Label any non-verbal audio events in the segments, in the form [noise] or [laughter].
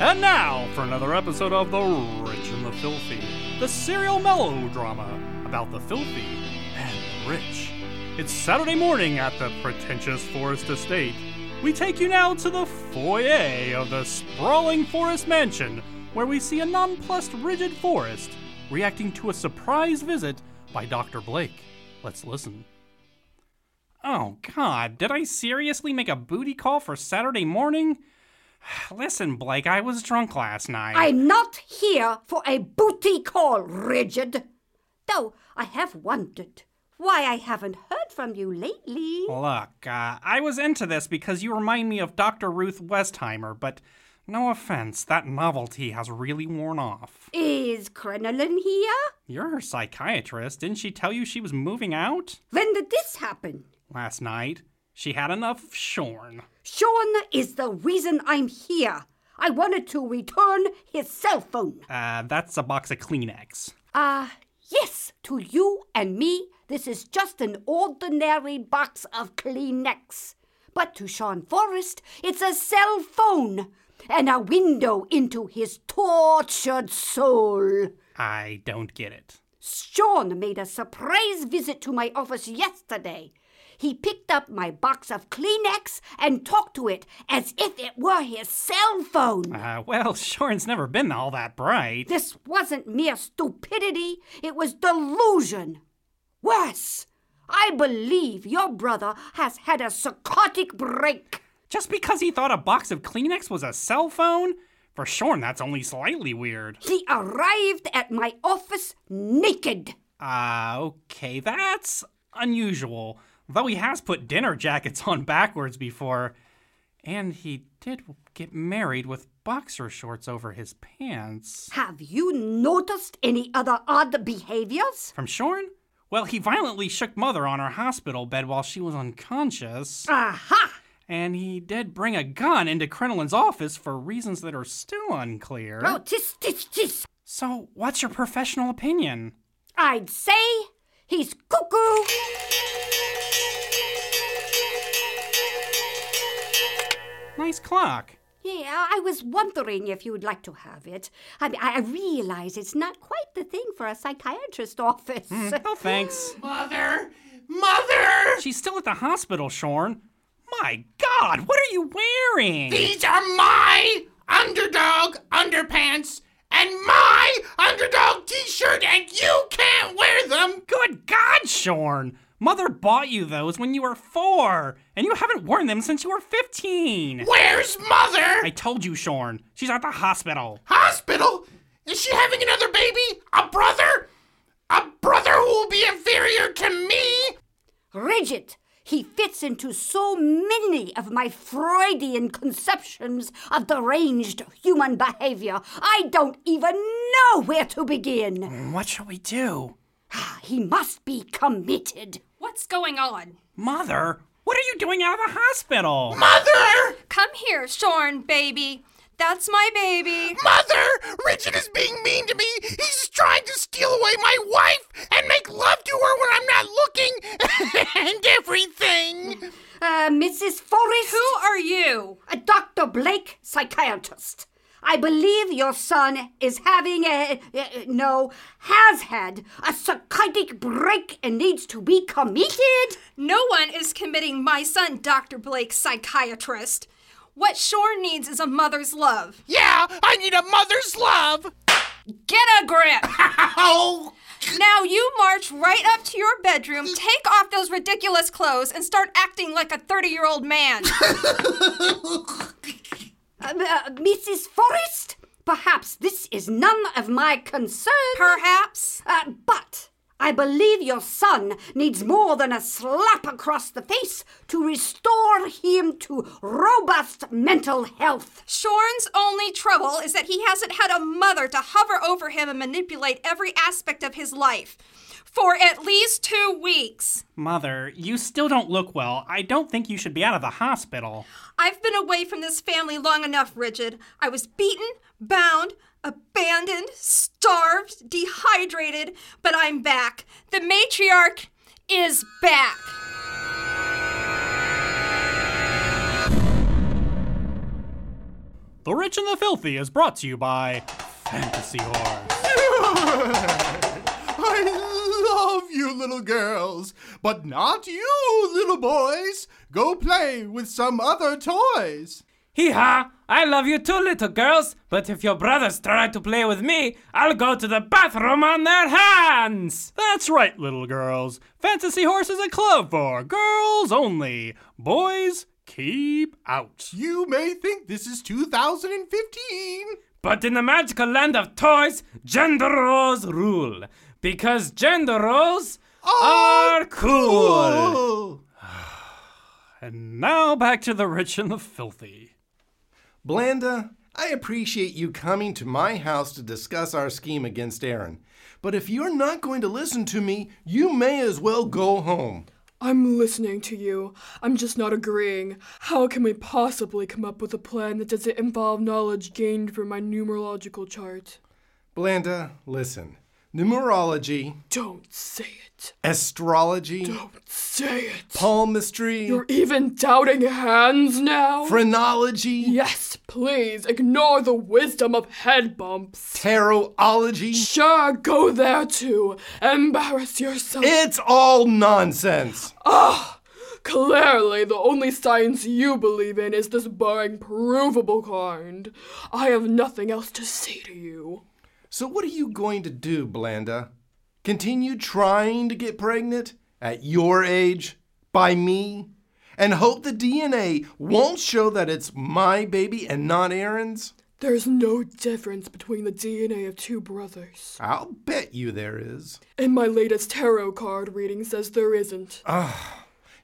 And now for another episode of The Rich and the Filthy, the serial melodrama about the filthy and the rich. It's Saturday morning at the pretentious Forest Estate. We take you now to the foyer of the sprawling forest mansion, where we see a nonplussed rigid forest reacting to a surprise visit by Dr. Blake. Let's listen. Oh, God, did I seriously make a booty call for Saturday morning? [sighs] Listen, Blake, I was drunk last night. I'm not here for a booty call, Rigid. Though I have wondered why I haven't heard from you lately. Look, uh, I was into this because you remind me of Dr. Ruth Westheimer, but no offense, that novelty has really worn off. Is Crinoline here? You're her psychiatrist. Didn't she tell you she was moving out? When did this happen? Last night, she had enough of Shorn. Sean is the reason I'm here. I wanted to return his cell phone. Uh, that's a box of Kleenex. Ah, yes, to you and me, this is just an ordinary box of Kleenex. But to Sean Forrest, it's a cell phone and a window into his tortured soul. I don't get it. Sean made a surprise visit to my office yesterday. He picked up my box of Kleenex and talked to it as if it were his cell phone. Uh, well, [laughs] Shorn's never been all that bright. This wasn't mere stupidity, it was delusion. Worse, I believe your brother has had a psychotic break. Just because he thought a box of Kleenex was a cell phone? For Shorn, that's only slightly weird. He arrived at my office naked. Uh, okay, that's unusual. Though he has put dinner jackets on backwards before. And he did get married with boxer shorts over his pants. Have you noticed any other odd behaviors? From Shorn? Well, he violently shook Mother on her hospital bed while she was unconscious. Aha! And he did bring a gun into Crinoline's office for reasons that are still unclear. Oh, tis, tis, tis. So, what's your professional opinion? I'd say he's cuckoo. Nice clock. Yeah, I was wondering if you'd like to have it. I mean, I I realize it's not quite the thing for a psychiatrist office. No Hmm, Oh, thanks. Mother! Mother! She's still at the hospital, Shorn. My God, what are you wearing? These are my underdog underpants and my underdog t shirt, and you can't wear them! Good God, Shorn! Mother bought you those when you were four, and you haven't worn them since you were 15. Where's Mother? I told you, Shorn. She's at the hospital. Hospital? Is she having another baby? A brother? A brother who will be inferior to me? Rigid. He fits into so many of my Freudian conceptions of deranged human behavior. I don't even know where to begin. What shall we do? He must be committed. What's going on? Mother, what are you doing out of the hospital? Mother! Come here, Shorn, baby. That's my baby. Mother! Richard is being mean to me! He's trying to steal away my wife and make love to her when I'm not looking [laughs] and everything! Uh, Mrs. Forrest? Who are you? A Dr. Blake, psychiatrist. I believe your son is having a, uh, no, has had a psychotic break and needs to be committed. No one is committing my son, Dr. Blake, psychiatrist. What Shorn needs is a mother's love. Yeah, I need a mother's love! Get a grip! Oh! now you march right up to your bedroom, take off those ridiculous clothes, and start acting like a 30 year old man. Um, uh, Mrs. Forrest, perhaps this is none of my concern. Perhaps. Uh, but I believe your son needs more than a slap across the face to restore him to robust mental health. Shorn's only trouble is that he hasn't had a mother to hover over him and manipulate every aspect of his life for at least two weeks. Mother, you still don't look well. I don't think you should be out of the hospital. I've been away from this family long enough, Rigid. I was beaten, bound, abandoned, starved, dehydrated, but I'm back. The matriarch is back. The The Rich and the Filthy is brought to you by Fantasy Horse. I love you, little girls, but not you, little boys. Go play with some other toys. Hee haw! I love you too, little girls, but if your brothers try to play with me, I'll go to the bathroom on their hands! That's right, little girls. Fantasy Horse is a club for girls only. Boys, keep out. You may think this is 2015. But in the magical land of toys, gender roles rule. Because gender roles are cool! Oh. And now back to The Rich and the Filthy. Blanda, I appreciate you coming to my house to discuss our scheme against Aaron. But if you're not going to listen to me, you may as well go home. I'm listening to you. I'm just not agreeing. How can we possibly come up with a plan that doesn't involve knowledge gained from my numerological chart? Blanda, listen. Numerology, Don't say it. [gasps] astrology, Don't say it. palmistry, You're even doubting hands now? phrenology, yes, please ignore the wisdom of head bumps. tarotology. Sure, go there too. Embarrass yourself. It's all nonsense. Clearly, the only science you believe in is this boring, provable kind. I have nothing else to say to you. So, what are you going to do, Blanda? Continue trying to get pregnant at your age by me? And hope the DNA won't show that it's my baby and not Aaron's? There's no difference between the DNA of two brothers. I'll bet you there is. And my latest tarot card reading says there isn't.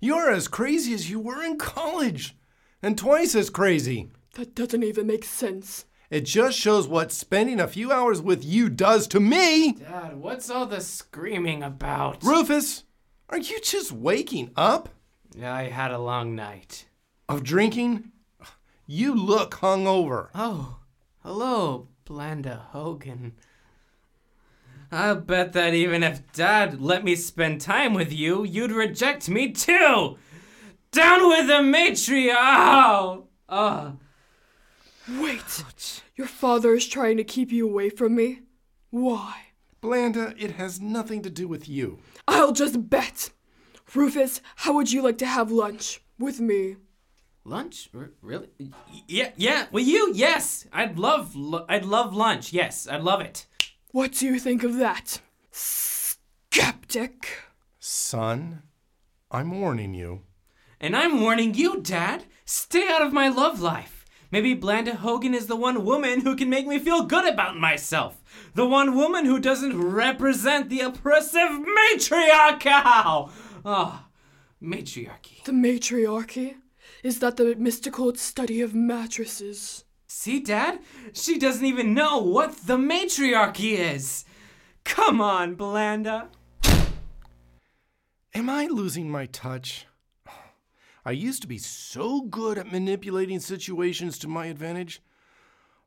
You're as crazy as you were in college, and twice as crazy. That doesn't even make sense. It just shows what spending a few hours with you does to me. Dad, what's all the screaming about? Rufus, are you just waking up? I had a long night. Of drinking? You look hungover. Oh, hello, Blanda Hogan. I'll bet that even if Dad let me spend time with you, you'd reject me too! Down with the matriarch! Oh, oh. Wait! Your father is trying to keep you away from me? Why? Blanda, it has nothing to do with you. I'll just bet! Rufus, how would you like to have lunch? With me. Lunch? R- really? Y- yeah, yeah. Well, you, yes. I'd love, lu- I'd love lunch. Yes, I'd love it. What do you think of that? Skeptic! Son, I'm warning you. And I'm warning you, Dad. Stay out of my love life. Maybe Blanda Hogan is the one woman who can make me feel good about myself. The one woman who doesn't represent the oppressive matriarchal. Ah, matriarchy. The matriarchy? Is that the mystical study of mattresses? See, Dad? She doesn't even know what the matriarchy is. Come on, Blanda. Am I losing my touch? I used to be so good at manipulating situations to my advantage.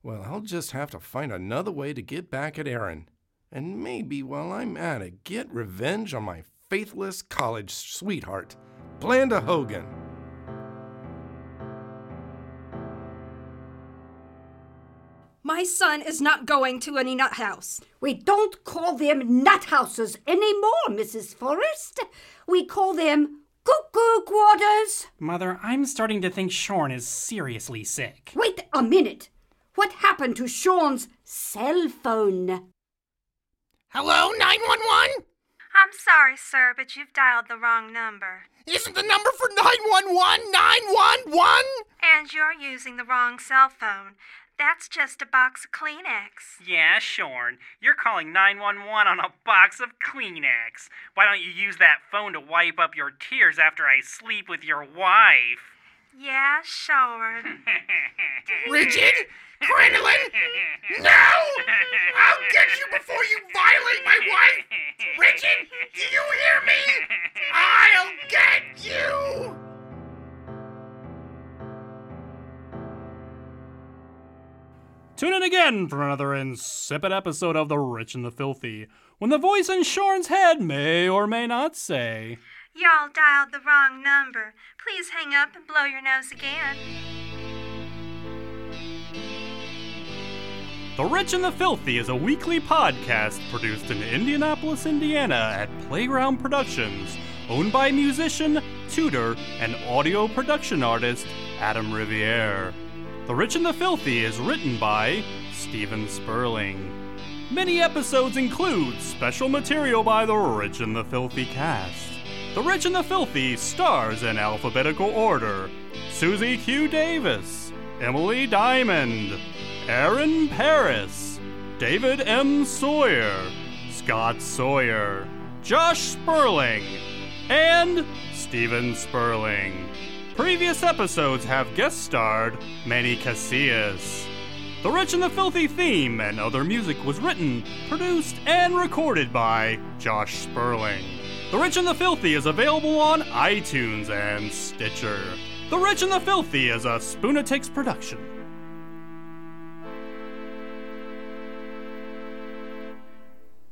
Well, I'll just have to find another way to get back at Aaron. And maybe while I'm at it, get revenge on my faithless college sweetheart, Blanda Hogan. My son is not going to any nut house. We don't call them nut houses anymore, Mrs. Forrest. We call them cuckoo quarters. Mother, I'm starting to think Shorn is seriously sick. Wait a minute. What happened to Sean's cell phone? Hello, 911? I'm sorry, sir, but you've dialed the wrong number. Isn't the number for 911 911? And you're using the wrong cell phone. That's just a box of Kleenex. Yeah, Shorn, you're calling 911 on a box of Kleenex. Why don't you use that phone to wipe up your tears after I sleep with your wife? Yeah, sure. Rigid? Crinoline? No! I'll get you before you violate my wife! Rigid, do you hear me? I'll get you! Tune in again for another insipid episode of The Rich and the Filthy, when the voice in Shorn's head may or may not say. Y'all dialed the wrong number. Please hang up and blow your nose again. The Rich and the Filthy is a weekly podcast produced in Indianapolis, Indiana at Playground Productions, owned by musician, tutor, and audio production artist Adam Riviere. The Rich and the Filthy is written by Stephen Sperling. Many episodes include special material by the Rich and the Filthy cast. The Rich and the Filthy stars in alphabetical order Susie Q. Davis, Emily Diamond, Aaron Paris, David M. Sawyer, Scott Sawyer, Josh Sperling, and Steven Sperling. Previous episodes have guest starred Manny Casillas. The Rich and the Filthy theme and other music was written, produced, and recorded by Josh Sperling. The Rich and the Filthy is available on iTunes and Stitcher. The Rich and the Filthy is a Spoonatix production.